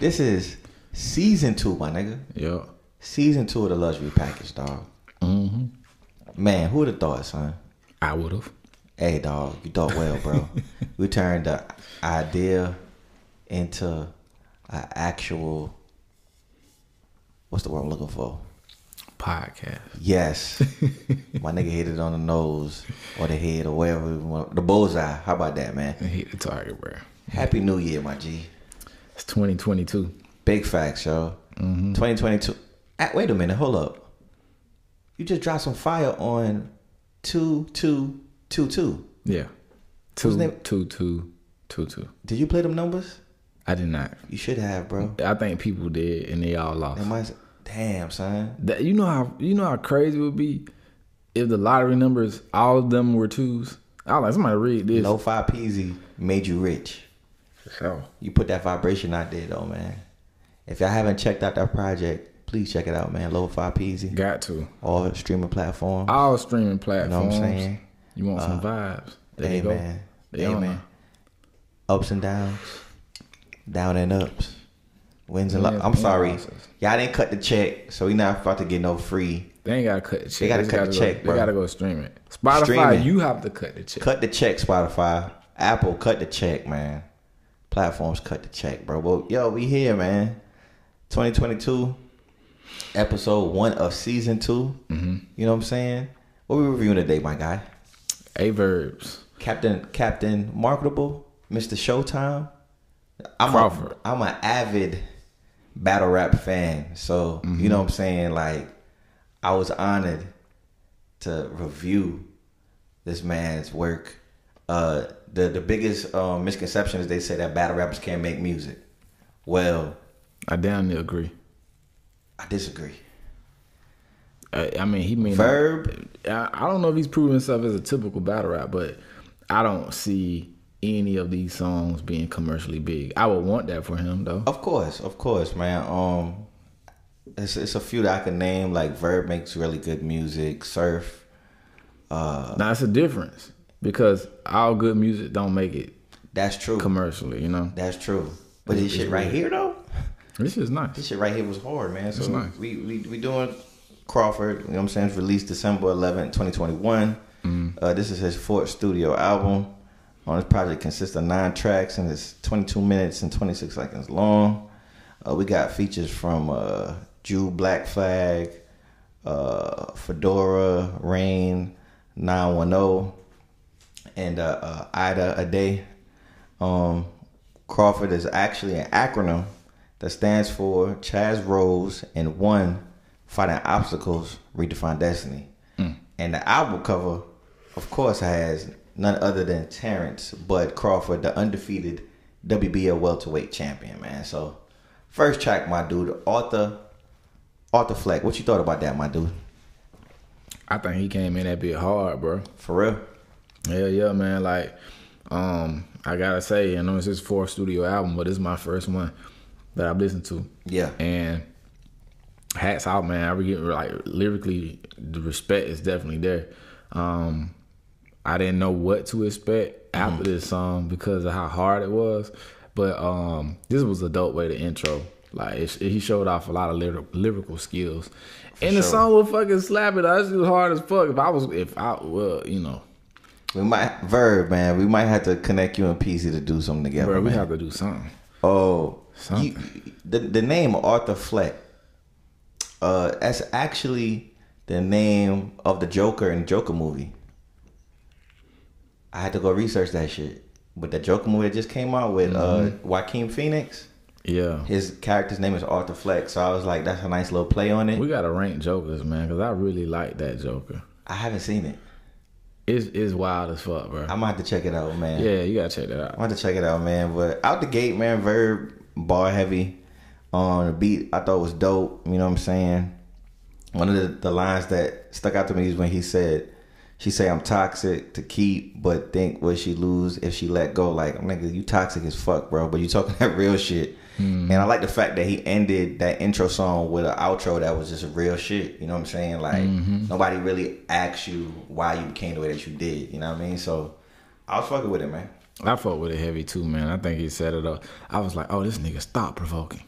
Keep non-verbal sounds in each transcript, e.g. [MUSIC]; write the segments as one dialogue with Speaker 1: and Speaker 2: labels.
Speaker 1: This is season two, my nigga.
Speaker 2: Yep.
Speaker 1: Season two of the luxury package, dog. Mm-hmm. Man, who would have thought, son?
Speaker 2: I would have.
Speaker 1: Hey, dog, you thought well, bro. we turned the idea into an actual. What's the word I'm looking for?
Speaker 2: Podcast.
Speaker 1: Yes, my nigga hit it on the nose or the head or wherever we want- the bullseye. How about that, man?
Speaker 2: I hate the target, bro.
Speaker 1: Happy New Year, my G.
Speaker 2: It's 2022.
Speaker 1: Big facts, yo.
Speaker 2: Mm-hmm.
Speaker 1: 2022. Ah, wait a minute, hold up. You just dropped some fire on two two two two.
Speaker 2: Yeah. Two,
Speaker 1: name-
Speaker 2: two, two, two, two.
Speaker 1: Did you play them numbers?
Speaker 2: I did not.
Speaker 1: You should have, bro.
Speaker 2: I think people did, and they all lost.
Speaker 1: That might, damn, son.
Speaker 2: That you know how you know how crazy it would be if the lottery numbers all of them were twos. I was like somebody read this.
Speaker 1: Low five peasy made you rich. You put that vibration out there though, man. If y'all haven't checked out that project, please check it out, man. Low five peasy.
Speaker 2: Got to
Speaker 1: All streaming platforms.
Speaker 2: all streaming platforms.
Speaker 1: saying? Uh,
Speaker 2: You want some vibes? There you
Speaker 1: Hey
Speaker 2: go.
Speaker 1: man.
Speaker 2: They
Speaker 1: Hey
Speaker 2: on
Speaker 1: man. Ups and downs. Down and ups. Wins and
Speaker 2: Yeah,
Speaker 1: losses.
Speaker 2: win
Speaker 1: I'm
Speaker 2: and
Speaker 1: sorry.
Speaker 2: losses.
Speaker 1: Y'all didn't cut the check, so we not about to get no free.
Speaker 2: They ain't gotta cut the check.
Speaker 1: gotta
Speaker 2: just
Speaker 1: cut the
Speaker 2: go-
Speaker 1: check, bro.
Speaker 2: They gotta go stream it. Spotify,
Speaker 1: Stream it.
Speaker 2: you have to cut the check.
Speaker 1: Cut the check, Spotify. Apple, cut the check, man. Platforms cut the check, bro. Well, yo, we here, man. 2022, episode one of season 2 Mm-hmm. You know what I'm saying? What we reviewing today, my guy?
Speaker 2: A verbs.
Speaker 1: Captain, Captain Marketable, Mr. Showtime. I'm
Speaker 2: Crawford.
Speaker 1: A, I'm an avid battle rap fan, so you know what I'm saying. Like, I was honored to review this man's work. Uh, the the biggest um, misconception is they say that battle rappers can't make music. Well,
Speaker 2: I damn near agree.
Speaker 1: I disagree.
Speaker 2: I, I mean, he mean
Speaker 1: Verb,
Speaker 2: I, I don't know if he's proven himself as a typical battle rap, but I don't see any of these songs being commercially big. I would want that for him though.
Speaker 1: of course, of course, man. Um, it's it's a few that I can name. Like Verb makes really good music. Surf.
Speaker 2: now it's a difference because all good music don't make it
Speaker 1: That's true.
Speaker 2: commercially. You know,
Speaker 1: That's true. But this shit right here though,
Speaker 2: this is nice.
Speaker 1: this shit right here was hard, man. So
Speaker 2: nice.
Speaker 1: we, we we doing Crawford. You know what I'm saying? It's released December 11, 2021. Uh, this is his fourth studio album. On this project consists of nine tracks and it's 22 minutes and 26 seconds long. Uh, we got features from uh, Jew, Black Flag, uh, Fedora, Rain, oh. 910 and uh, uh, Ida a day. Um, Crawford is actually an acronym that stands for Chaz Rose and One Fighting Obstacles Redefine Destiny. And the album cover, of course, has none other than Terrence Bud Crawford, the undefeated WBO welterweight champion, man. So, first track, my dude, Arthur, Arthur Fleck. What you thought about that, my dude?
Speaker 2: I think he came in that bit hard, bro.
Speaker 1: For real?
Speaker 2: Hell yeah, man. Like, um, I gotta say, I know it's his fourth studio album, but it's my first one that I've listened to.
Speaker 1: Yeah.
Speaker 2: And hats out, man. I really get like lyrically the respect is definitely there. Um I didn't know what to expect after this song because of how hard it was. But um this was a dope way to intro. Like it, he showed off a lot of lyric, lyrical skills, and the
Speaker 1: sure.
Speaker 2: song was fucking slapping. That's just hard as fuck. If I was, if I, well, you know,
Speaker 1: We might verb man. We might have to connect you and PZ to do something together.
Speaker 2: Bro, we
Speaker 1: man.
Speaker 2: have to do something.
Speaker 1: oh,
Speaker 2: Something.
Speaker 1: you- the the name Arthur Fleck. Uh, that's actually the name of the Joker in the Joker movie. I had to go research that shit. But the Joker movie that just came out with
Speaker 2: Mm-hmm.
Speaker 1: uh, Joaquin Phoenix,
Speaker 2: Yeah.
Speaker 1: his character's name is Arthur Fleck. So I was like, that's a nice little play on it.
Speaker 2: We gotta rank Jokers, man, because I really like that Joker.
Speaker 1: I haven't seen it.
Speaker 2: It's it's wild as fuck, bro.
Speaker 1: I'm gonna have to check it out, man.
Speaker 2: Yeah, you gotta check that out.
Speaker 1: I want to check it out, man. But out the gate, man, verb bar heavy on the beat. I thought was dope. You know what I'm saying? One of the, the lines that stuck out to me is when he said, "She say I'm toxic to keep, but think what she lose if she let go." Like, nigga, you toxic as fuck, bro. But you talking [LAUGHS] that real shit. And I like the fact that he ended that intro song with an outro that was just real shit. You know what I'm saying? Like nobody really asked you why you became the way that you did. You know what I mean? So I was fucking with it, man.
Speaker 2: I fuck with it heavy too, man. I think he set it up. I was like, oh, this nigga stop provoking.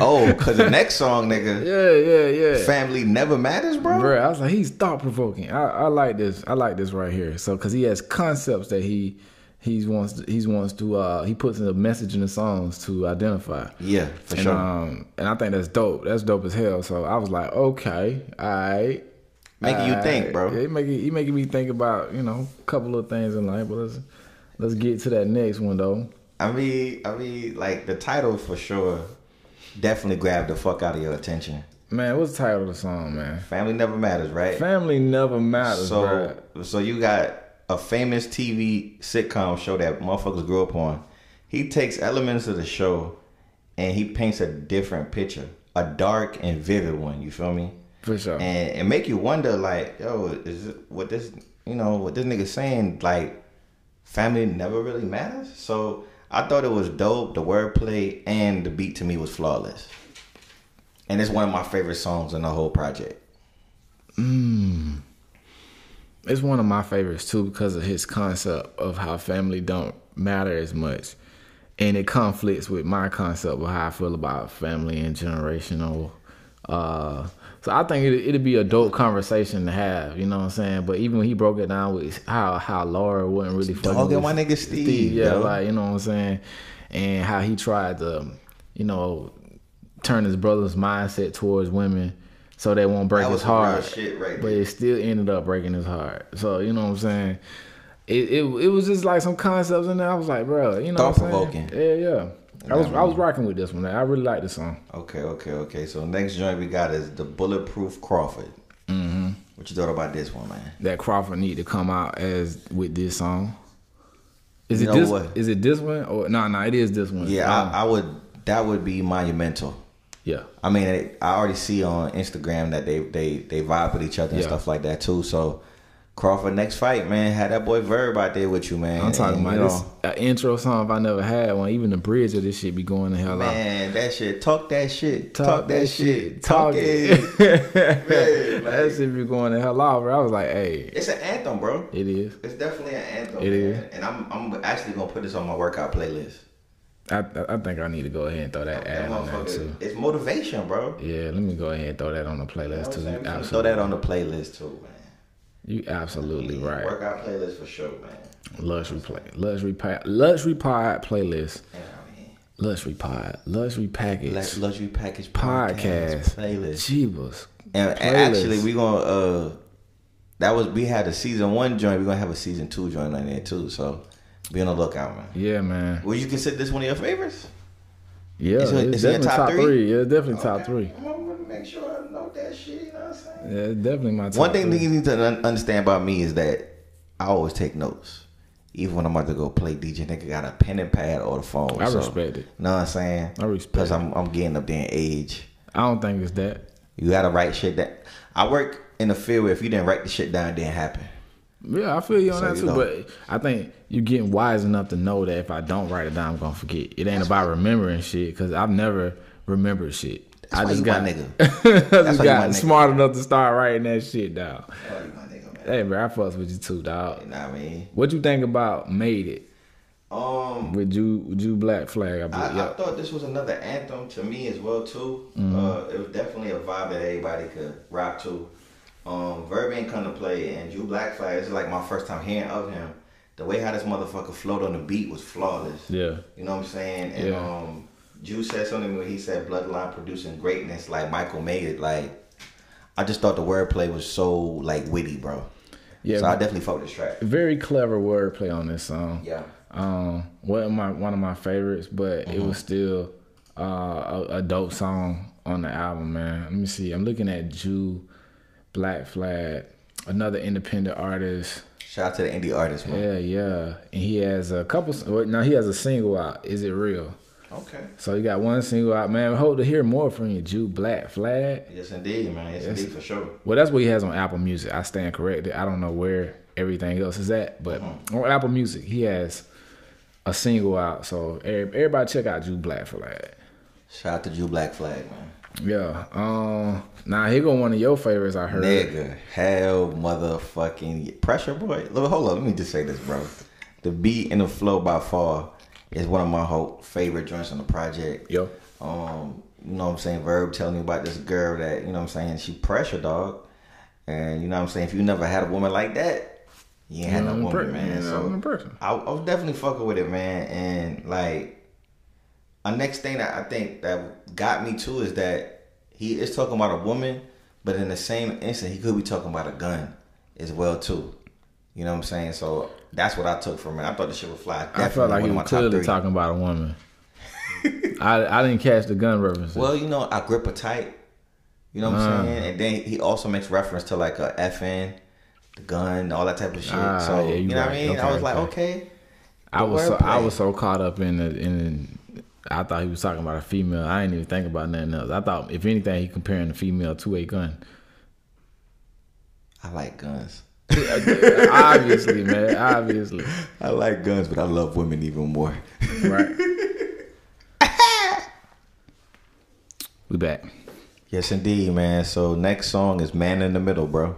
Speaker 1: oh, cause the next song, nigga,
Speaker 2: Yeah, yeah, yeah.
Speaker 1: family never matters, bro.
Speaker 2: Bruh, I was like, he's thought provoking. I, I like this. I like this right here. So, because he has concepts that he he's wants to, he's wants to uh he puts a message in the songs to identify.
Speaker 1: Yeah, for
Speaker 2: and
Speaker 1: sure.
Speaker 2: um and I think that's dope. That's dope as hell. So I was like, okay, all right.
Speaker 1: Making you think, bro.
Speaker 2: It making you making me think about you know a couple of things in life. But let's let's get to that next one though.
Speaker 1: I mean, I mean, like the title for sure, definitely grabbed the fuck out of your attention.
Speaker 2: Man, what's the title of the song, man?
Speaker 1: Family never matters, right?
Speaker 2: Family never matters,
Speaker 1: so,
Speaker 2: bruh.
Speaker 1: so you got a famous TV sitcom show that motherfuckers grew up on. He takes elements of the show and he paints a different picture, a dark and vivid one. You feel me?
Speaker 2: For sure.
Speaker 1: And and make you wonder, like, yo, is it, what this, you know, what this nigga saying, like, family never really matters. So I thought it was dope. The wordplay and the beat to me was flawless. And it's one of my favorite songs in the whole project.
Speaker 2: it's one of my favorites too because of his concept of how family don't matter as much and it conflicts with my concept of how i feel about family and generational uh so i think it, it'd be a dope conversation to have you know what i'm saying but even when he broke it down with how how laura wasn't really fucking
Speaker 1: Dog and
Speaker 2: with
Speaker 1: my nigga Steve.
Speaker 2: yeah,
Speaker 1: yo.
Speaker 2: like you know what I'm saying, and how he tried to, you know, turn his brother's mindset towards women so they won't break
Speaker 1: That was
Speaker 2: his
Speaker 1: some real
Speaker 2: heart.
Speaker 1: shit right
Speaker 2: but
Speaker 1: there.
Speaker 2: it still ended up breaking his heart. So you know what I'm saying. It, it it was just like some concepts in there. I was like, bro, you know, what I'm saying?
Speaker 1: Thought-provoking.
Speaker 2: Yeah, yeah. I was I was rocking with this one. I really like this song.
Speaker 1: Okay, okay, okay. So next joint we got is the Bulletproof Crawford. Mm-hmm. What you thought about this one, man?
Speaker 2: That Crawford need to come out as with this song. Is
Speaker 1: You
Speaker 2: it
Speaker 1: know
Speaker 2: this? Is
Speaker 1: what?
Speaker 2: it this one? Or no, no, it is this one.
Speaker 1: Yeah,
Speaker 2: Um,
Speaker 1: I, I would. That would be monumental.
Speaker 2: yeah.
Speaker 1: I mean, it, I already see on Instagram that they they they vibe with each other and
Speaker 2: Yeah.
Speaker 1: stuff like that too. So Crawford next fight, man, had that boy Verb out there with you, man.
Speaker 2: I'm talking
Speaker 1: And,
Speaker 2: about
Speaker 1: you
Speaker 2: this
Speaker 1: know,
Speaker 2: an intro song if I never had one. Even the bridge of this shit be going the hell out.
Speaker 1: Man, that shit. Talk that shit. Talk, that, shit.
Speaker 2: Talk
Speaker 1: Talk it. [LAUGHS] Man, like-
Speaker 2: [LAUGHS] that shit be going the hell out. Bro. I was like, hey,
Speaker 1: it's an anthem, bro.
Speaker 2: it is.
Speaker 1: It's definitely an anthem.
Speaker 2: It
Speaker 1: man.
Speaker 2: is.
Speaker 1: And I'm I'm actually gonna put this on my workout playlist.
Speaker 2: I I I think I need to go ahead and throw that
Speaker 1: That
Speaker 2: ad on there too.
Speaker 1: motherfucker, it's motivation, bro.
Speaker 2: Yeah, let me go ahead and throw that on the playlist too.
Speaker 1: You know what I'm saying? We
Speaker 2: You
Speaker 1: should Throw
Speaker 2: absolutely,
Speaker 1: that on the playlist too, man.
Speaker 2: you absolutely right.
Speaker 1: Workout playlist for sure, man.
Speaker 2: Luxury play, luxury pod, luxury pod playlist,
Speaker 1: You know what I mean?
Speaker 2: luxury pod, luxury package,
Speaker 1: Lux- Luxury package podcast,
Speaker 2: podcast,
Speaker 1: playlist.
Speaker 2: Jeebus.
Speaker 1: And, and
Speaker 2: Playlist.
Speaker 1: actually, we gonna uh, that was we had a season one joint. We are gonna have a season two joint on there too. So be on the lookout, man.
Speaker 2: Yeah, man.
Speaker 1: Would you consider this one of your favorites?
Speaker 2: Yeah,
Speaker 1: It's
Speaker 2: it's,
Speaker 1: in- it's in your
Speaker 2: definitely
Speaker 1: top
Speaker 2: top,
Speaker 1: three?
Speaker 2: three? Yeah, it's definitely top three.
Speaker 1: I'm gonna make sure I know that shit. You know what I'm saying?
Speaker 2: Yeah, it's definitely my top.
Speaker 1: One thing
Speaker 2: three.
Speaker 1: that you need to un- understand about me is that I always take notes. Even when I'm about to go play DJ, nigga got a pen and pad or the phone.
Speaker 2: I
Speaker 1: so,
Speaker 2: respect it.
Speaker 1: Know what I'm saying?
Speaker 2: I respect
Speaker 1: Because I'm, I'm getting up there in age.
Speaker 2: I don't think it's that.
Speaker 1: You gotta write shit that. I work in the field where if you didn't write the shit down, it didn't happen.
Speaker 2: Yeah, I feel you on
Speaker 1: So
Speaker 2: that
Speaker 1: you
Speaker 2: too.
Speaker 1: don't-
Speaker 2: But I think you're getting wise enough to know that if I don't write it down, I'm gonna forget. It ain't about remembering shit because I've never remembered shit. I
Speaker 1: why
Speaker 2: just
Speaker 1: you
Speaker 2: got
Speaker 1: my nigga.
Speaker 2: [LAUGHS] I
Speaker 1: That's
Speaker 2: just
Speaker 1: why you my nigga.
Speaker 2: got smart enough to start writing that shit down.
Speaker 1: Oh, you my nigga, man.
Speaker 2: Hey, bro, I fucks with you too, dog.
Speaker 1: You know what I mean?
Speaker 2: What you think about "Made It"
Speaker 1: Um,
Speaker 2: with Jew Jew Black Flag? I
Speaker 1: I,
Speaker 2: believe.
Speaker 1: I
Speaker 2: yeah.
Speaker 1: thought this was another anthem to me as well too. Uh, it was definitely a vibe that everybody could rap to. Um, Verb ain't come to play, and Drew Black Flag. This is like my first time hearing of him. The way how this motherfucker flowed on the beat was flawless.
Speaker 2: Yeah.
Speaker 1: You know what I'm saying? And
Speaker 2: Yeah.
Speaker 1: um, Jew said something when he said Bloodline producing greatness, like Michael made it. Like I just thought the wordplay was so like witty, bro.
Speaker 2: Yeah.
Speaker 1: So I definitely fuck this track.
Speaker 2: Very clever wordplay on this song.
Speaker 1: Yeah.
Speaker 2: um wasn't my one of my favorites but it was still uh a, a dope song on the album man let me see i'm looking at jew black flag another independent artist
Speaker 1: Shout out to the indie artist, man.
Speaker 2: yeah yeah and he has a couple well, now he has a single out is it real
Speaker 1: Okay.
Speaker 2: so you got one single out man hope to hear more from you jew black flag
Speaker 1: Yes, indeed, man. Yes, indeed, for sure.
Speaker 2: well that's what he has on apple music i stand corrected i don't know where everything else is at but
Speaker 1: Uh-huh.
Speaker 2: on apple music he has a single out so every- everybody check out jew black flag
Speaker 1: Shout out to Jew Black Flag, man.
Speaker 2: Yeah. Um. Now here go one of your favorites. I heard.
Speaker 1: Nigga, hell, motherfucking pressure, boy. Look, hold up. Let me just say this, bro. The beat and the flow by far is one of my whole favorite joints on the project.
Speaker 2: Yo.
Speaker 1: Um, you know what I'm saying? Verb telling you about this girl that, you know what I'm saying, she pressure dog. And you know what I'm saying? If you never had a woman like that, you ain't had no
Speaker 2: I'm a
Speaker 1: woman,
Speaker 2: person,
Speaker 1: man.
Speaker 2: Mm, yeah,
Speaker 1: So
Speaker 2: I'm a person.
Speaker 1: I, I was definitely fucking with it, man. And like, a next thing that I think that got me too is that he is talking about a woman, but in the same instant, he could be talking about a gun as well too. You know what I'm saying? So that's what I took from it. I thought the shit would fly.
Speaker 2: I felt
Speaker 1: Definitely one
Speaker 2: like he
Speaker 1: of my
Speaker 2: was
Speaker 1: top
Speaker 2: clearly
Speaker 1: three.
Speaker 2: talking about
Speaker 1: [LAUGHS]
Speaker 2: a woman. I I didn't catch the gun reference.
Speaker 1: Well, you know, I grip a tight. You know what
Speaker 2: Ah.
Speaker 1: I'm saying? And then he also makes reference to like a FN, the gun, all that type of shit.
Speaker 2: Ah,
Speaker 1: so
Speaker 2: yeah, you
Speaker 1: you know what I
Speaker 2: right.
Speaker 1: mean?
Speaker 2: Okay,
Speaker 1: I was like,
Speaker 2: okay.
Speaker 1: okay.
Speaker 2: I was so,
Speaker 1: wordplay.
Speaker 2: I was so caught up in the, in the, I thought he was talking about a female. I didn't even think about nothing else. I thought if anything he comparing the female to a gun.
Speaker 1: I like guns.
Speaker 2: obviously, man. Obviously.
Speaker 1: I like guns, but I love women even more.
Speaker 2: Right. we back.
Speaker 1: Yes, indeed, man. So next song is "Man in the Middle," bro,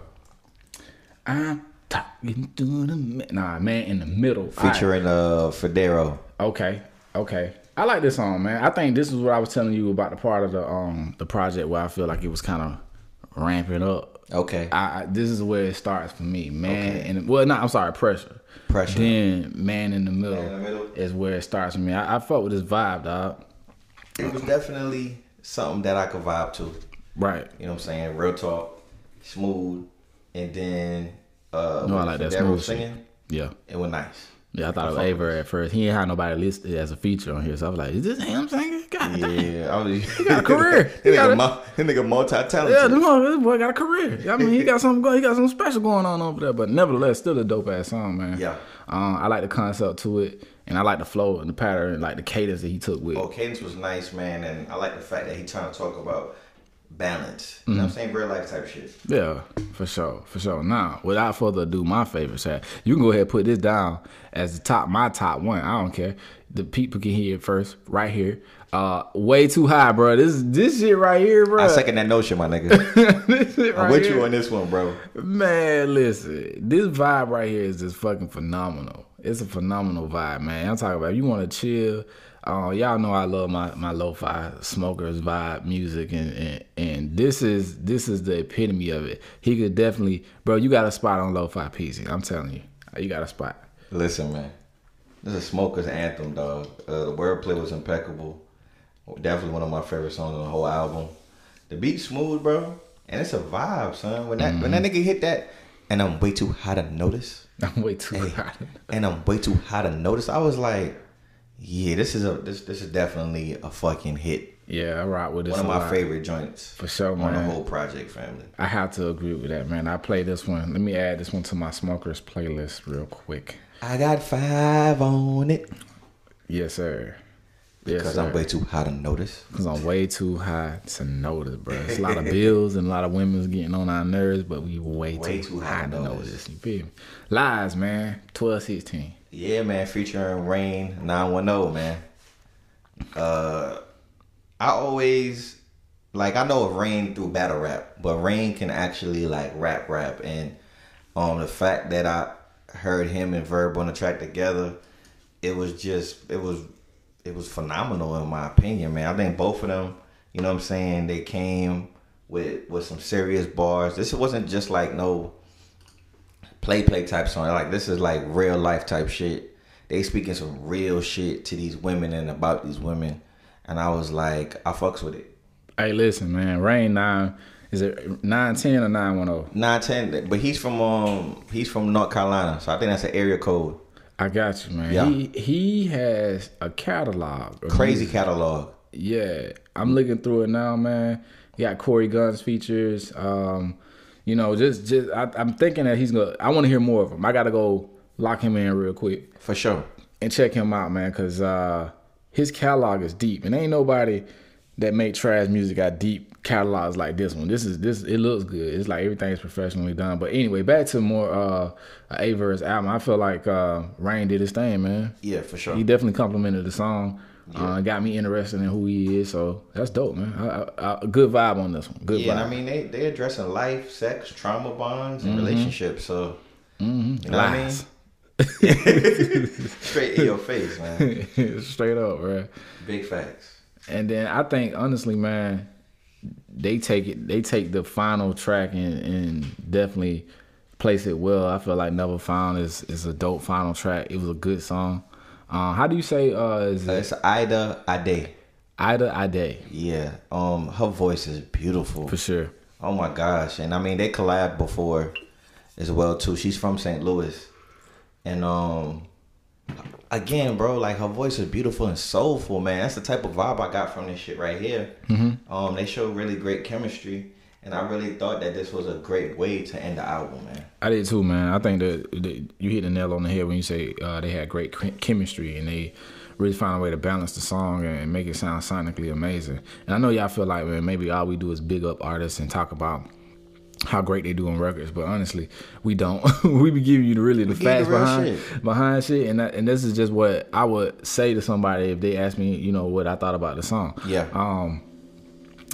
Speaker 2: I'm talking to the mi- nah man in the middle. Alright.
Speaker 1: featuring uh Federo.
Speaker 2: Okay. Okay. I like this song, man. I think this is what I was telling you about the part of the um the project where I feel like it was kind of ramping up.
Speaker 1: Okay,
Speaker 2: I, I this is where it starts for me, man. And well, no, I'm sorry, pressure.
Speaker 1: Pressure.
Speaker 2: Then man in the middle,
Speaker 1: Man in the Middle.
Speaker 2: is where it starts for me. I, I fuck with this vibe, dog.
Speaker 1: it was definitely something that I could vibe to.
Speaker 2: Right.
Speaker 1: You know what I'm saying? Real talk, smooth, and then uh
Speaker 2: No,
Speaker 1: when
Speaker 2: I like that
Speaker 1: Federo
Speaker 2: smooth
Speaker 1: was singing.
Speaker 2: Yeah.
Speaker 1: It was
Speaker 2: [LAUGHS]
Speaker 1: nice.
Speaker 2: Yeah, I
Speaker 1: I
Speaker 2: thought of
Speaker 1: fuck with
Speaker 2: Aver at first. He ain't had nobody listed as a feature on here, so I was like, "Is this him singing? God damn.
Speaker 1: Yeah, I was,
Speaker 2: got a career.
Speaker 1: [LAUGHS] that
Speaker 2: He got a-
Speaker 1: nigga, mul- that nigga multi-talented.
Speaker 2: Yeah, this mother- this boy got a career. I mean, he got something going. He got something special going on over there. But nevertheless, still a dope ass song, man.
Speaker 1: Yeah.
Speaker 2: Um, I like the concept to it, and I like the flow and the pattern, like the cadence that he took with.
Speaker 1: Well, Cadence was nice, man, and I like the fact that he trying to talk about balance. You know
Speaker 2: Mm-hmm.
Speaker 1: what I'm saying? Real life type shit.
Speaker 2: Yeah, for sure, for sure. Now, without further ado, my favorite track. You can go ahead and put this down as the top, my top one. I don't care. The people can hear it first, right here. Uh, way too high, bro. This this shit right here, bro.
Speaker 1: I second that notion, my nigga.
Speaker 2: [LAUGHS] this shit right
Speaker 1: I'm with
Speaker 2: here.
Speaker 1: you on this one, bro.
Speaker 2: Man, listen, this vibe right here is just fucking phenomenal. It's a phenomenal vibe, man. I'm talking about if you want to chill. Uh, y'all know I love my my lo-fi smokers vibe music, and, and and this is this is the epitome of it. He could definitely, bro. You got a spot on lo-fi PZ. I'm telling you, you got a spot. [LAUGHS]
Speaker 1: Listen, man. This is Smoker's Anthem, dog. Uh, the wordplay was impeccable. Definitely one of my favorite songs on the whole album. The beat smooth, bro. And it's a vibe, son. When that when that
Speaker 2: Mm-hmm.
Speaker 1: nigga hit that, and I'm way too high to notice.
Speaker 2: I'm way [LAUGHS] too high.
Speaker 1: and I'm way too high to notice. I was like, yeah, this is a this this is definitely a fucking hit.
Speaker 2: Yeah, I rock with this.
Speaker 1: One of
Speaker 2: a
Speaker 1: my
Speaker 2: lot.
Speaker 1: favorite joints
Speaker 2: for sure,
Speaker 1: on
Speaker 2: man.
Speaker 1: the whole project family.
Speaker 2: I have to agree with that, man. I play this one. Let me add this one to my smokers playlist real quick.
Speaker 1: I got five on it
Speaker 2: Yes, sir. Yes,
Speaker 1: because
Speaker 2: sir.
Speaker 1: I'm way too high to notice.
Speaker 2: Cause I'm way too high to notice, bro. It's a lot of bills and a lot of women's getting on our nerves, but we way,
Speaker 1: Way
Speaker 2: too, high to notice.
Speaker 1: notice.
Speaker 2: You feel me? Lies, man. 12, 16.
Speaker 1: Yeah, man, featuring Rain 910, man. Uh I always like I know of Rain through battle rap, but Rain can actually like rap rap and um the fact that I heard him and Verb on the track together, it was just it was it was phenomenal in my opinion, man. I think both of them, you know what I'm saying, they came with with some serious bars. This wasn't just like no play play type song. Like this is like real life type shit. They speaking some real shit to these women and about these women, and I was like, I fucks with it.
Speaker 2: Hey, listen, man. Rain nine is it nine ten or nine one oh?
Speaker 1: Nine ten, but he's from um he's from North Carolina, so I think that's an area code.
Speaker 2: I got you, man.
Speaker 1: Yeah.
Speaker 2: He he has a catalog. of
Speaker 1: Crazy catalog.
Speaker 2: Yeah, I'm looking through it now, man. You got Corey Gunn's features. Um, you know, just just I, I'm thinking that he's gonna. I want to hear more of him. I gotta go lock him in real quick.
Speaker 1: For sure.
Speaker 2: and check him out, man, because uh, his catalog is deep, and ain't nobody that make trash music got deep catalogs like this one. This is this. It looks good. It's like everything's professionally done. But anyway, back to more uh, Aver's album. I feel like uh, Rain did his thing, man.
Speaker 1: Yeah, for sure.
Speaker 2: He definitely complimented the song. Uh, got me interested in who he is, so that's dope, man. I, I, I, good vibe on this one. Good
Speaker 1: Yeah, and
Speaker 2: vibe.
Speaker 1: I mean they they addressing life, sex, trauma bonds, and relationships. So you know [LAUGHS]
Speaker 2: Lies. [LAUGHS]
Speaker 1: what I mean? Straight in your face, man.
Speaker 2: Straight up, bro.
Speaker 1: Big facts.
Speaker 2: And then I think honestly, man, they take it. They take the final track and, and definitely place it well. I feel like Never Found is is a dope final track. It was a good song. Um, how do you say? Uh, is
Speaker 1: Uh,
Speaker 2: it
Speaker 1: it's Ida Ade.
Speaker 2: Ida Ade
Speaker 1: Yeah. Um, her voice is beautiful.
Speaker 2: for sure?
Speaker 1: Oh my gosh! And I mean, they collabed before as well too. She's from St. Louis, and um, again, bro, like her voice is beautiful and soulful, man. That's the type of vibe I got from this shit right here. Um, they showed really great chemistry, and I really thought that this was a great way to end the album, man.
Speaker 2: I did too, man. I think that, that you hit the nail on the head when you say uh, they had great chem- chemistry and they really found a way to balance the song and make it sound sonically amazing. And I know y'all feel like, man, maybe all we do is big up artists and talk about how great they do on records, but honestly, we don't. [LAUGHS] we be giving you the really the
Speaker 1: give you
Speaker 2: facts
Speaker 1: the real
Speaker 2: behind
Speaker 1: shit.
Speaker 2: behind shit, and that, and this is just what I would say to somebody if they asked me, you know, what I thought about the song.
Speaker 1: Yeah.
Speaker 2: Um,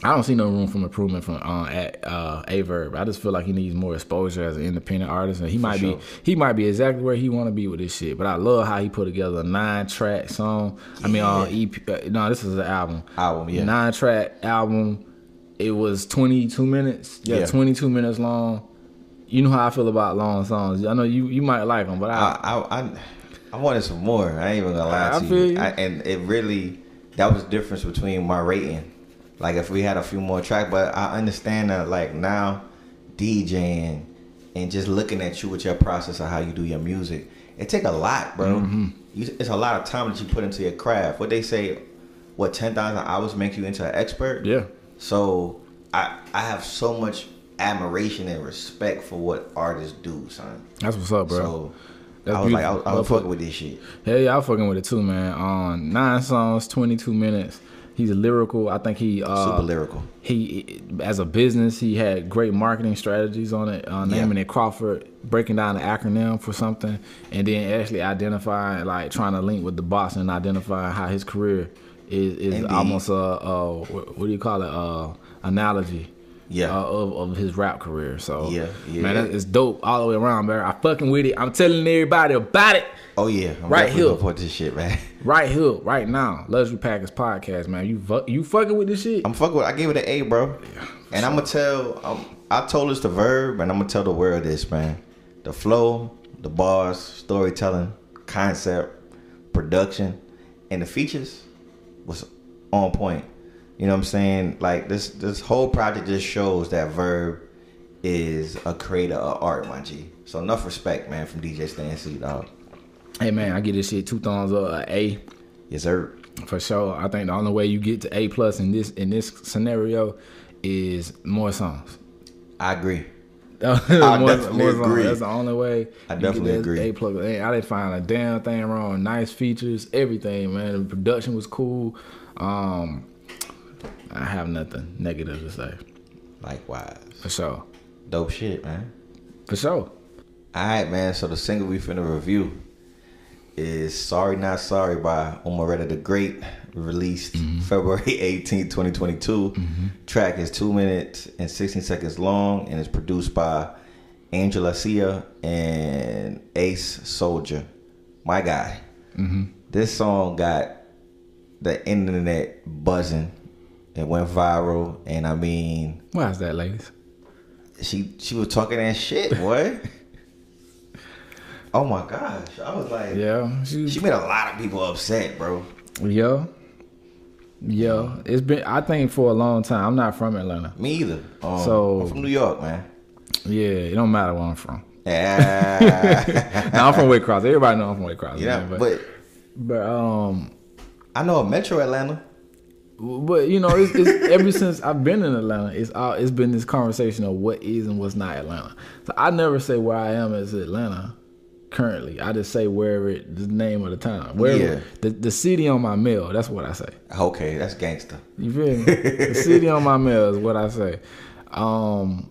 Speaker 2: I don't see no room for improvement from uh, at, uh, Averb. I just feel like he needs more exposure as an independent artist, and he might
Speaker 1: sure.
Speaker 2: be he might be exactly where he want to be with this shit. But I love how he put together a nine track song. I mean, uh, EP. Uh, no, this is an album.
Speaker 1: Album, yeah.
Speaker 2: Nine track album. It was twenty two minutes. Yeah,
Speaker 1: Yeah.
Speaker 2: twenty two minutes long. You know how I feel about long songs. I know you you might like them, but I,
Speaker 1: I I I, I wanted some more. I ain't even gonna lie
Speaker 2: I
Speaker 1: to
Speaker 2: feel
Speaker 1: you.
Speaker 2: you.
Speaker 1: I, and it really that was the difference between my rating. Like if we had a few more track, but I understand that like now DJing and just looking at you with your process of how you do your music, it take a lot, bro.
Speaker 2: Mm-hmm.
Speaker 1: You, it's a lot of time that you put into your craft. What they say, what ten thousand hours make you into an expert?
Speaker 2: yeah.
Speaker 1: So I I have so much admiration and respect for what artists do, son.
Speaker 2: That's what's up, bro.
Speaker 1: So
Speaker 2: That's
Speaker 1: I was like, I
Speaker 2: beautiful.
Speaker 1: was, I was
Speaker 2: Motherfucker.
Speaker 1: fucking with this shit.
Speaker 2: Hell yeah, I'm fucking with it too, man. Um, nine songs, 22 minutes. He's lyrical. I think he uh,
Speaker 1: Super lyrical.
Speaker 2: He, as a business, he had great marketing strategies on it, uh, naming it Crawford, breaking down the acronym for something, and then actually identifying, like trying to link with the boss and identifying how his career is is
Speaker 1: Indeed.
Speaker 2: almost a, a what what do you call it? Uh, analogy.
Speaker 1: Yeah.
Speaker 2: uh, of, of his rap career, so
Speaker 1: Yeah, yeah.
Speaker 2: man, that- it's dope all the way around, man. I fucking with it. I'm telling everybody about it.
Speaker 1: Oh yeah, I'm
Speaker 2: Right
Speaker 1: definitely
Speaker 2: here.
Speaker 1: gonna put this shit, man. [LAUGHS]
Speaker 2: Right here, right now, Luxury Packers podcast, man. You fu- you fucking with this shit?
Speaker 1: I'm fucking with. I gave it an A, bro. and I'm gonna tell. Um, I told us the verb, and I'm gonna tell the world this, man. The flow, the bars, storytelling, concept, production, and the features was on point. You know what I'm saying? Like this, this whole project just shows that verb is a creator of art, my G. So enough respect, man, from DJ Stan C, dog.
Speaker 2: Hey man, I get this shit two thumbs up, a A
Speaker 1: Yes, sir.
Speaker 2: for sure. I think the only way you get to A plus in this in this scenario is more songs. [LAUGHS]
Speaker 1: I agree. definitely agree.
Speaker 2: That's the only way.
Speaker 1: I
Speaker 2: you
Speaker 1: definitely
Speaker 2: get that
Speaker 1: agree.
Speaker 2: A plus. Hey, I didn't find a damn thing wrong. Nice features, everything, man. The production was cool. Um, I have nothing negative to say
Speaker 1: Likewise.
Speaker 2: for sure.
Speaker 1: Dope shit, man.
Speaker 2: For sure.
Speaker 1: All right, man. So the single we finna review is "Sorry Not Sorry" by Umaretta the Great, released February [LAUGHS] 18, 2022. Track is two minutes and 16 seconds long, and it's produced by Angela Sia and Ace Soldier. My guy. This song got the internet buzzing. It went viral, and I mean,
Speaker 2: Why is that, ladies?
Speaker 1: she she was talking that shit.
Speaker 2: [LAUGHS]
Speaker 1: What? oh my gosh! I was like,
Speaker 2: Yeah, she's
Speaker 1: she made a lot of people upset, bro.
Speaker 2: Yo. Yo. It's been I think for a long time. I'm not from Atlanta.
Speaker 1: Me either. Um,
Speaker 2: So-
Speaker 1: I'm from New York,
Speaker 2: [LAUGHS]
Speaker 1: man.
Speaker 2: Yeah, it don't matter where I'm from.
Speaker 1: Yeah,
Speaker 2: Now I'm from Waycross. Everybody know I'm from Waycross.
Speaker 1: yeah.
Speaker 2: man,
Speaker 1: But,
Speaker 2: but, but um
Speaker 1: I know a Metro Atlanta.
Speaker 2: but you know, it's, it's ever since I've been in Atlanta, it's all it's been this conversation of what is and what's not Atlanta. So I never say where I am is Atlanta currently. I just say wherever it, the name of the town, wherever
Speaker 1: Yeah.
Speaker 2: the the city on my mail. That's what I say.
Speaker 1: Okay, that's gangster.
Speaker 2: You feel me? the city on my mail is what I say. Um,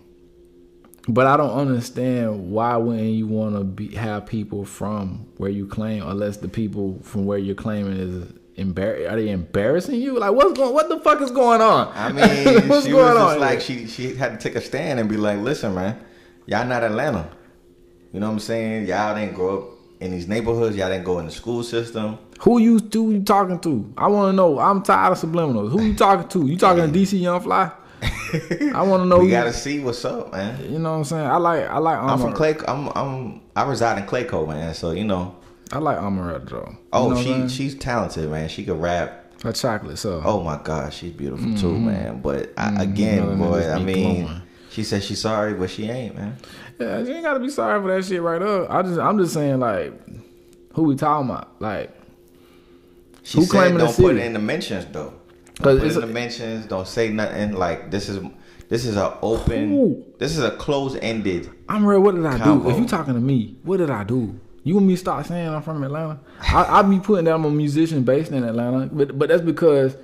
Speaker 2: but I don't understand why wouldn't you want to be have people from where you claim, unless the people from where you're claiming is embar Are they embarrassing you? Like what's going? What the fuck is going on? [LAUGHS]
Speaker 1: I mean,
Speaker 2: what's
Speaker 1: she
Speaker 2: going
Speaker 1: was just
Speaker 2: on?
Speaker 1: like she she had to take a stand and be like, listen, man, y'all not Atlanta. You know what I'm saying? Y'all didn't grow up in these neighborhoods. Y'all didn't go in the school system.
Speaker 2: Who you who you talking to? I want to know. I'm tired of subliminals. Who you talking to? You talking to DC
Speaker 1: [LAUGHS]
Speaker 2: Young Fly? I want to know.
Speaker 1: We
Speaker 2: you-
Speaker 1: gotta see what's up, man.
Speaker 2: you know what I'm saying? I like I like
Speaker 1: I'm
Speaker 2: Amar.
Speaker 1: from Clay. I'm I'm I reside in Clayco, man. So you know.
Speaker 2: I like Amaretta though.
Speaker 1: Oh,
Speaker 2: you know
Speaker 1: she she's talented, man. She could rap.
Speaker 2: she a chocolate. So
Speaker 1: Oh my God, she's beautiful
Speaker 2: Mm-hmm.
Speaker 1: too, man. But I,
Speaker 2: Another
Speaker 1: again,
Speaker 2: nigga
Speaker 1: boy,
Speaker 2: just
Speaker 1: I
Speaker 2: be
Speaker 1: mean,
Speaker 2: glowing.
Speaker 1: she said she's sorry, but she ain't, man.
Speaker 2: yeah, you ain't gotta be sorry for that shit right up. I just I'm just saying like, who we talking about? Like,
Speaker 1: She
Speaker 2: Who
Speaker 1: said
Speaker 2: claiming the
Speaker 1: don't put
Speaker 2: city?
Speaker 1: it in the mentions though.
Speaker 2: Cause
Speaker 1: Don't put it
Speaker 2: it's
Speaker 1: in
Speaker 2: a-
Speaker 1: the mentions. Don't say nothing. Like this is this is a open.
Speaker 2: Cool.
Speaker 1: This is a close ended.
Speaker 2: I'm real. What did I
Speaker 1: Combo.
Speaker 2: do? If you talking to me, what did I do? You want me to start saying I'm from Atlanta? I, I be putting that I'm a musician based in Atlanta, but but that's because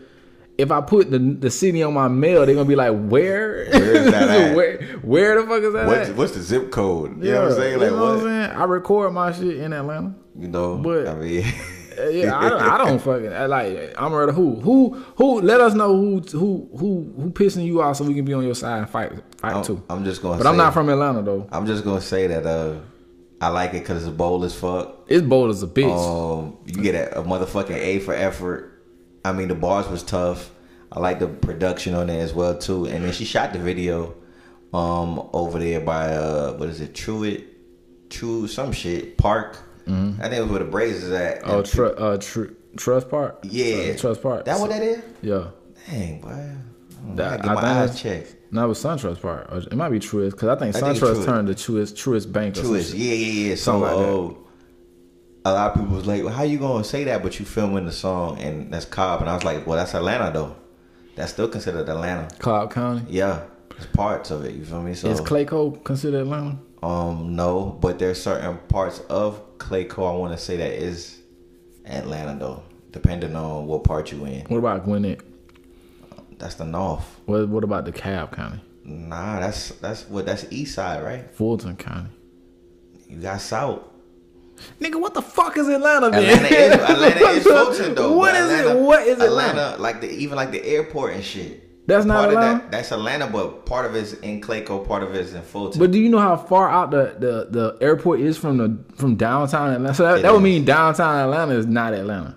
Speaker 2: if I put the the city on my mail, they're gonna be like, where?
Speaker 1: Where is that at?
Speaker 2: [LAUGHS] where, where the fuck is that?
Speaker 1: What's,
Speaker 2: at?
Speaker 1: what's the zip code? You know what I'm saying? Like
Speaker 2: you know what?
Speaker 1: what?
Speaker 2: I'm saying? I record my shit in Atlanta.
Speaker 1: You know.
Speaker 2: But-
Speaker 1: I mean, [LAUGHS]
Speaker 2: Uh, Yeah, I, don't- I don't fucking I like. I'm ready. Who? Who? Who? Let us know who who who who pissing you off so we can be on your side and fight fight
Speaker 1: I'm,
Speaker 2: too.
Speaker 1: I'm just gonna.
Speaker 2: But
Speaker 1: Oh, say,
Speaker 2: I'm not from Atlanta though.
Speaker 1: I'm just gonna say that uh, I like it because it's bold as fuck.
Speaker 2: It's bold as a bitch.
Speaker 1: Um, you get a, a motherfucking A for effort. I mean, the bars was tough. I like the production on it as well too. And then she shot the video, um, over there by uh, what is it, Truett, True some shit Park. I think it was where the Braves is at.
Speaker 2: Mm-hmm. Oh,
Speaker 1: And-
Speaker 2: tru- uh, tru- Trust Park?
Speaker 1: yeah,
Speaker 2: Tru- Trust Park.
Speaker 1: That what that is?
Speaker 2: Yeah.
Speaker 1: Dang, boy. I
Speaker 2: That-
Speaker 1: gotta get
Speaker 2: I
Speaker 1: my
Speaker 2: think
Speaker 1: eyes
Speaker 2: it's-
Speaker 1: checked.
Speaker 2: No, it was SunTrust Park. Or It might be Truist, because I think
Speaker 1: I think it's
Speaker 2: SunTrust
Speaker 1: Truist.
Speaker 2: turned to Truist, Truist Bank or some
Speaker 1: Truett,
Speaker 2: shit.
Speaker 1: yeah, yeah, yeah. So,
Speaker 2: Something like that.
Speaker 1: oh, a lot of people was like, well, "How you gonna say that?" But you filming the song, and that's Cobb. And I was like, "Well, that's Atlanta though. That's still considered Atlanta."
Speaker 2: Cobb County.
Speaker 1: Yeah, it's parts of it. You feel me? So,
Speaker 2: Is Clayco considered Atlanta?
Speaker 1: um, no, but there's certain parts of Clayco I want to say that is Atlanta though, depending on what part you in.
Speaker 2: What about Gwinnett?
Speaker 1: That's the North.
Speaker 2: What, what about DeKalb County?
Speaker 1: Nah, that's that's what that's East Side, right?
Speaker 2: Fulton County?
Speaker 1: You got South.
Speaker 2: Nigga, what the fuck is Atlanta, then? [LAUGHS]
Speaker 1: Atlanta is Atlanta is Fulton though.
Speaker 2: What
Speaker 1: but
Speaker 2: is
Speaker 1: Atlanta-
Speaker 2: it? What is Atlanta?
Speaker 1: Atlanta like the even like the airport and shit.
Speaker 2: That's not
Speaker 1: Part of
Speaker 2: Atlanta?
Speaker 1: That, that's Atlanta, but part of it's in Clayco, part of it's in Fulton.
Speaker 2: But do you know how far out the, the, the airport is from the from downtown Atlanta? So that,
Speaker 1: It
Speaker 2: that would
Speaker 1: is.
Speaker 2: mean downtown Atlanta is not Atlanta.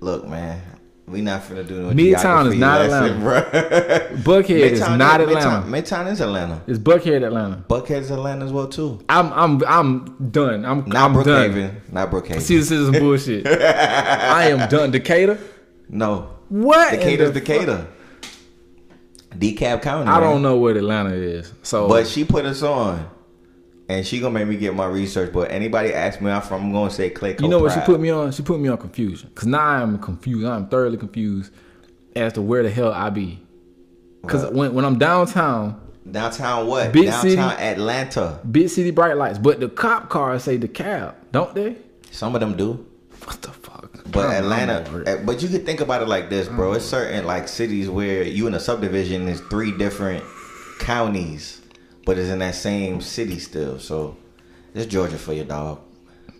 Speaker 1: Look, man, we not finna do no
Speaker 2: Midtown is
Speaker 1: geography
Speaker 2: not
Speaker 1: lesson, [LAUGHS] bruh.
Speaker 2: Buckhead is not Atlanta.
Speaker 1: Midtown, Midtown is Atlanta.
Speaker 2: It's Buckhead, Atlanta.
Speaker 1: Buckhead's Atlanta as well too.
Speaker 2: I'm I'm I'm done. I'm
Speaker 1: Not
Speaker 2: I'm done.
Speaker 1: Brookhaven. Not Brookhaven.
Speaker 2: See, this is
Speaker 1: [LAUGHS]
Speaker 2: some bullshit. I am done. Decatur.
Speaker 1: no.
Speaker 2: What? in
Speaker 1: Decatur's
Speaker 2: the
Speaker 1: Decatur. DeKalb County.
Speaker 2: I
Speaker 1: man.
Speaker 2: don't know what Atlanta is. So,
Speaker 1: But she put us on. And she gonna make me get my research. But anybody ask me where I'm from, I'm gonna say Clayco.
Speaker 2: you know what she
Speaker 1: Pride.
Speaker 2: put me on? She put me on confusion. Cause now I'm confused. I'm thoroughly confused as to where the hell I be. Cause when when I'm downtown,
Speaker 1: Downtown what?
Speaker 2: Big
Speaker 1: Downtown
Speaker 2: city.
Speaker 1: Atlanta.
Speaker 2: big city bright lights, but the cop cars say the cab, don't they?
Speaker 1: Some of them do.
Speaker 2: What the fuck?
Speaker 1: But
Speaker 2: I'm- I'm over it.
Speaker 1: Atlanta, eh, but you could think about it like this, bro. It's certain like cities where you in a subdivision is three different counties, but it's in that same city still. So it's Georgia for your dog.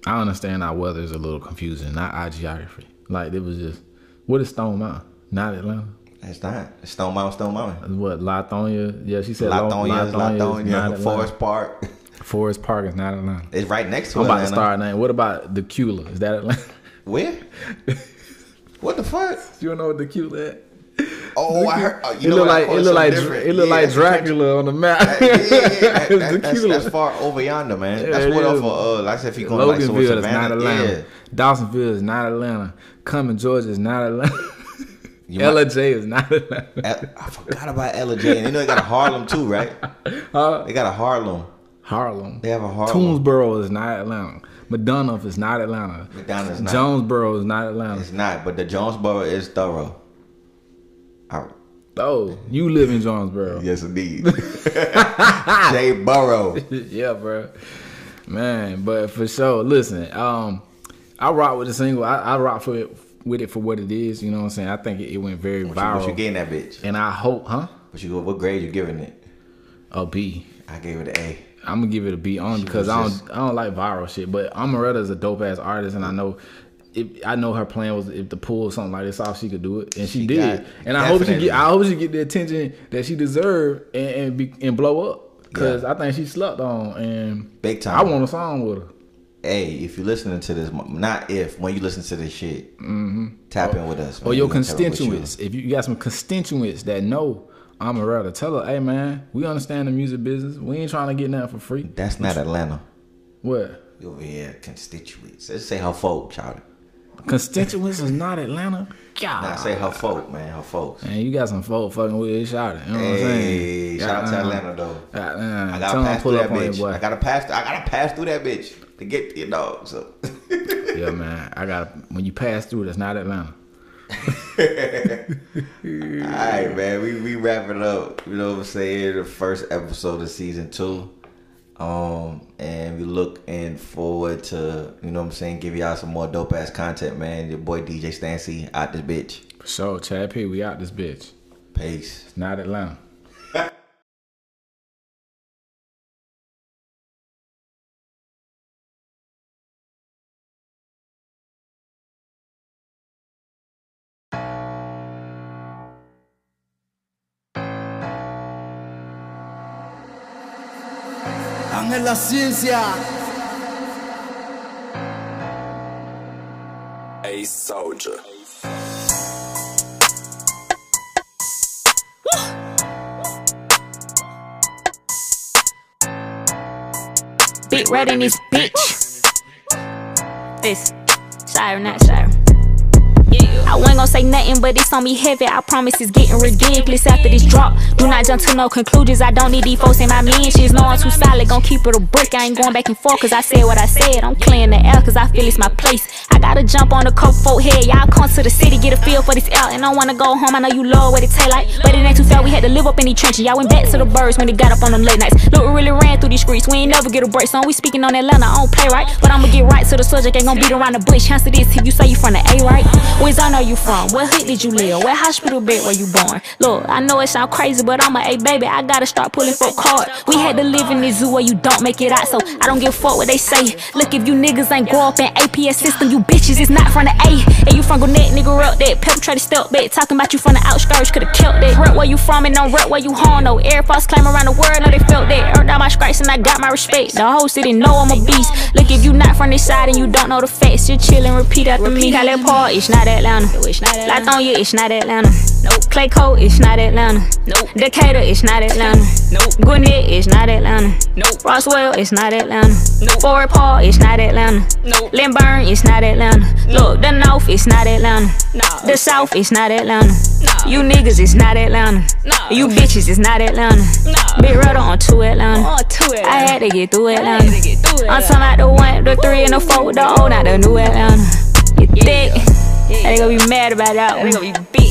Speaker 2: I understand our weather is a little confusing, not our geography. Like it was just, what is Stone Mountain? Not Atlanta.
Speaker 1: It's not. It's Stone Mountain, Stone Mountain.
Speaker 2: What Latonia? Yeah, she said Lo-
Speaker 1: Latonia, is
Speaker 2: Latonia is not
Speaker 1: Latonia,
Speaker 2: Atlanta.
Speaker 1: Forest Park.
Speaker 2: Forest Park is not Atlanta.
Speaker 1: It's right next to
Speaker 2: I'm about
Speaker 1: Atlanta.
Speaker 2: to start a name. What about Decula? Is that Atlanta? [LAUGHS]
Speaker 1: Where? what the fuck?
Speaker 2: you don't know what Decula? At?
Speaker 1: Oh, I heard. oh, you
Speaker 2: it
Speaker 1: know
Speaker 2: look
Speaker 1: what? I
Speaker 2: like
Speaker 1: call
Speaker 2: it look like
Speaker 1: something
Speaker 2: Dra- it
Speaker 1: different.
Speaker 2: look
Speaker 1: Yeah,
Speaker 2: like
Speaker 1: that's country.
Speaker 2: Dracula on the
Speaker 1: [LAUGHS]
Speaker 2: map.
Speaker 1: yeah, yeah, yeah.
Speaker 2: [LAUGHS]
Speaker 1: That- that-
Speaker 2: It's
Speaker 1: that's,
Speaker 2: Decula.
Speaker 1: that's far over yonder, man.
Speaker 2: Yeah,
Speaker 1: That's
Speaker 2: it
Speaker 1: what
Speaker 2: is.
Speaker 1: off of uh, like I said, if you going like so
Speaker 2: Loganville is
Speaker 1: Savannah,
Speaker 2: not Atlanta.
Speaker 1: yeah.
Speaker 2: Dawsonville is not Atlanta. Cumming, Georgia is not Atlanta.
Speaker 1: [LAUGHS] You
Speaker 2: Ella J is not Atlanta. [LAUGHS]
Speaker 1: El- I forgot about Ella J. And they know they got a Harlem too, right?
Speaker 2: Huh?
Speaker 1: They got a Harlem.
Speaker 2: Harlem.
Speaker 1: They have a Harlem.
Speaker 2: Toonsboro is not Atlanta. McDonough is not Atlanta.
Speaker 1: McDonough is not.
Speaker 2: Jonesboro is not Atlanta.
Speaker 1: It's not, but the Jonesboro is thorough. I,
Speaker 2: Oh, you live in Jonesboro.
Speaker 1: yes, indeed. [LAUGHS] Jay Burrow.
Speaker 2: yeah, bro. Man, but for sure, listen, um, I rock with the single. I, I rock for it, with it for what it is. You know what I'm saying? I think it, it went very
Speaker 1: What you
Speaker 2: viral.
Speaker 1: getting that bitch?
Speaker 2: and I hope, huh?
Speaker 1: What you go? What grade you giving it?
Speaker 2: A B.
Speaker 1: I gave it an A.
Speaker 2: I'm gonna give it a B on because I
Speaker 1: was
Speaker 2: don't I don't like viral shit. But Amaretta is a dope ass artist, and I know. If, I know her plan was if to pull something like this off, she could do it, and she,
Speaker 1: She
Speaker 2: did.
Speaker 1: got-
Speaker 2: And I hope she
Speaker 1: definitely.
Speaker 2: get. I hope she get the attention that she deserved and and, be, and blow up because I think she slept on. And
Speaker 1: Big time.
Speaker 2: I want a song with her.
Speaker 1: hey, if you're listening to this, not if, when you listen to this shit, mm-hmm. tap in with us.
Speaker 2: Or
Speaker 1: man.
Speaker 2: your
Speaker 1: We gonna tap in with you.
Speaker 2: constituents. If you got some constituents that know I'm a rather, tell her, hey man, we understand the music business. We ain't trying to get nothing for free.
Speaker 1: That's not Atlanta.
Speaker 2: What?
Speaker 1: You over here, constituents. Let's say her folk, child.
Speaker 2: Constituents is not Atlanta. God.
Speaker 1: Nah, say her folk, man. Her folks.
Speaker 2: Man, Ah. you got some folk fucking with this shot. You know what I'm
Speaker 1: Hey,
Speaker 2: saying?
Speaker 1: shout out to
Speaker 2: Goddamn.
Speaker 1: Atlanta though.
Speaker 2: Goddamn.
Speaker 1: I
Speaker 2: Tell
Speaker 1: gotta
Speaker 2: 'em
Speaker 1: pass
Speaker 2: pull
Speaker 1: through that
Speaker 2: up on your
Speaker 1: bitch.
Speaker 2: boy.
Speaker 1: I
Speaker 2: [LAUGHS]
Speaker 1: gotta pass. I gotta pass through that bitch to get to your dog. So [LAUGHS]
Speaker 2: yeah, man. I got to when you pass through, that's not Atlanta.
Speaker 1: All right, man. We we wrapping up. You know what I'm saying? The first episode of season two. Um, and we looking forward to you know what I'm saying, give y'all some more dope ass content, man. Your boy DJ Stancy out this bitch.
Speaker 2: So Chad P, we out this bitch.
Speaker 1: Peace.
Speaker 2: It's not Atlanta.
Speaker 3: Ángel la ciencia.
Speaker 4: A soldier.
Speaker 5: Big red in this bitch. This siren, not siren. I wasn't gonna say nothing, but it's on me heavy. I promise it's getting ridiculous after this drop. Do not jump to no conclusions. I don't need these folks in my mentions. No, I'm too solid. Gonna keep it a brick. I ain't going back and forth, cause I said what I said. I'm clearing the air, cause I feel it's my place. I gotta jump on the coke folk head. Y'all come to the city, get a feel for this L. And I wanna go home. I know you love what it taste like. But it ain't too fair. We had to live up in the trenches. Y'all went back to the birds when they got up on them late nights. Look, we really ran through these streets. We ain't never get a break. So we speaking on Atlanta. I don't play right. But I'ma get right to the subject. Ain't gonna beat around the bush. Answer this till you say you from the A, right? Where zone are you from? What hood did you live? What hospital bed were you born? Look, I know it sound crazy, but I'm a A baby. I gotta start pulling folk card. We had to live in this zoo where you don't make it out. So I don't give a fuck what they say. Look, if you niggas ain't grow up in APS system, you bitches, it's not from the A. And you from Gwinnett, nigga, up that pep try to step back. Talking about you from the outskirts, could've killed that. Rep where you from and don't rep where you home. No Air Force claim around the world, know they felt that. Earned out my stripes and I got my respect. The whole city know I'm a beast. Look, if you not from this side and you don't know the facts, you chill and repeat after me. Call that Paul, it's not Atlanta. Lot on you, it's not Atlanta. Nope. Clay Cole, it's not Atlanta. Nope. Decatur, it's not Atlanta. Nope. Gwinnett, it's not Atlanta. Nope. Roswell, it's not Atlanta. Nope. Fort Paul, it's not Atlanta. Nope. Lynburn, it's not Atlanta. Look, the North, it's not Atlanta. Nah. The South, it's not Atlanta. Nah. You niggas, it's not Atlanta. Nah. You bitches, it's not Atlanta. Nah. Big Brother on two Atlanta. On two Atlanta. I had to get through Atlanta. I'm talking about the one, the three, and the four, the old, not the new Atlanta. You thick? They gonna be mad about that. They gonna be bitch.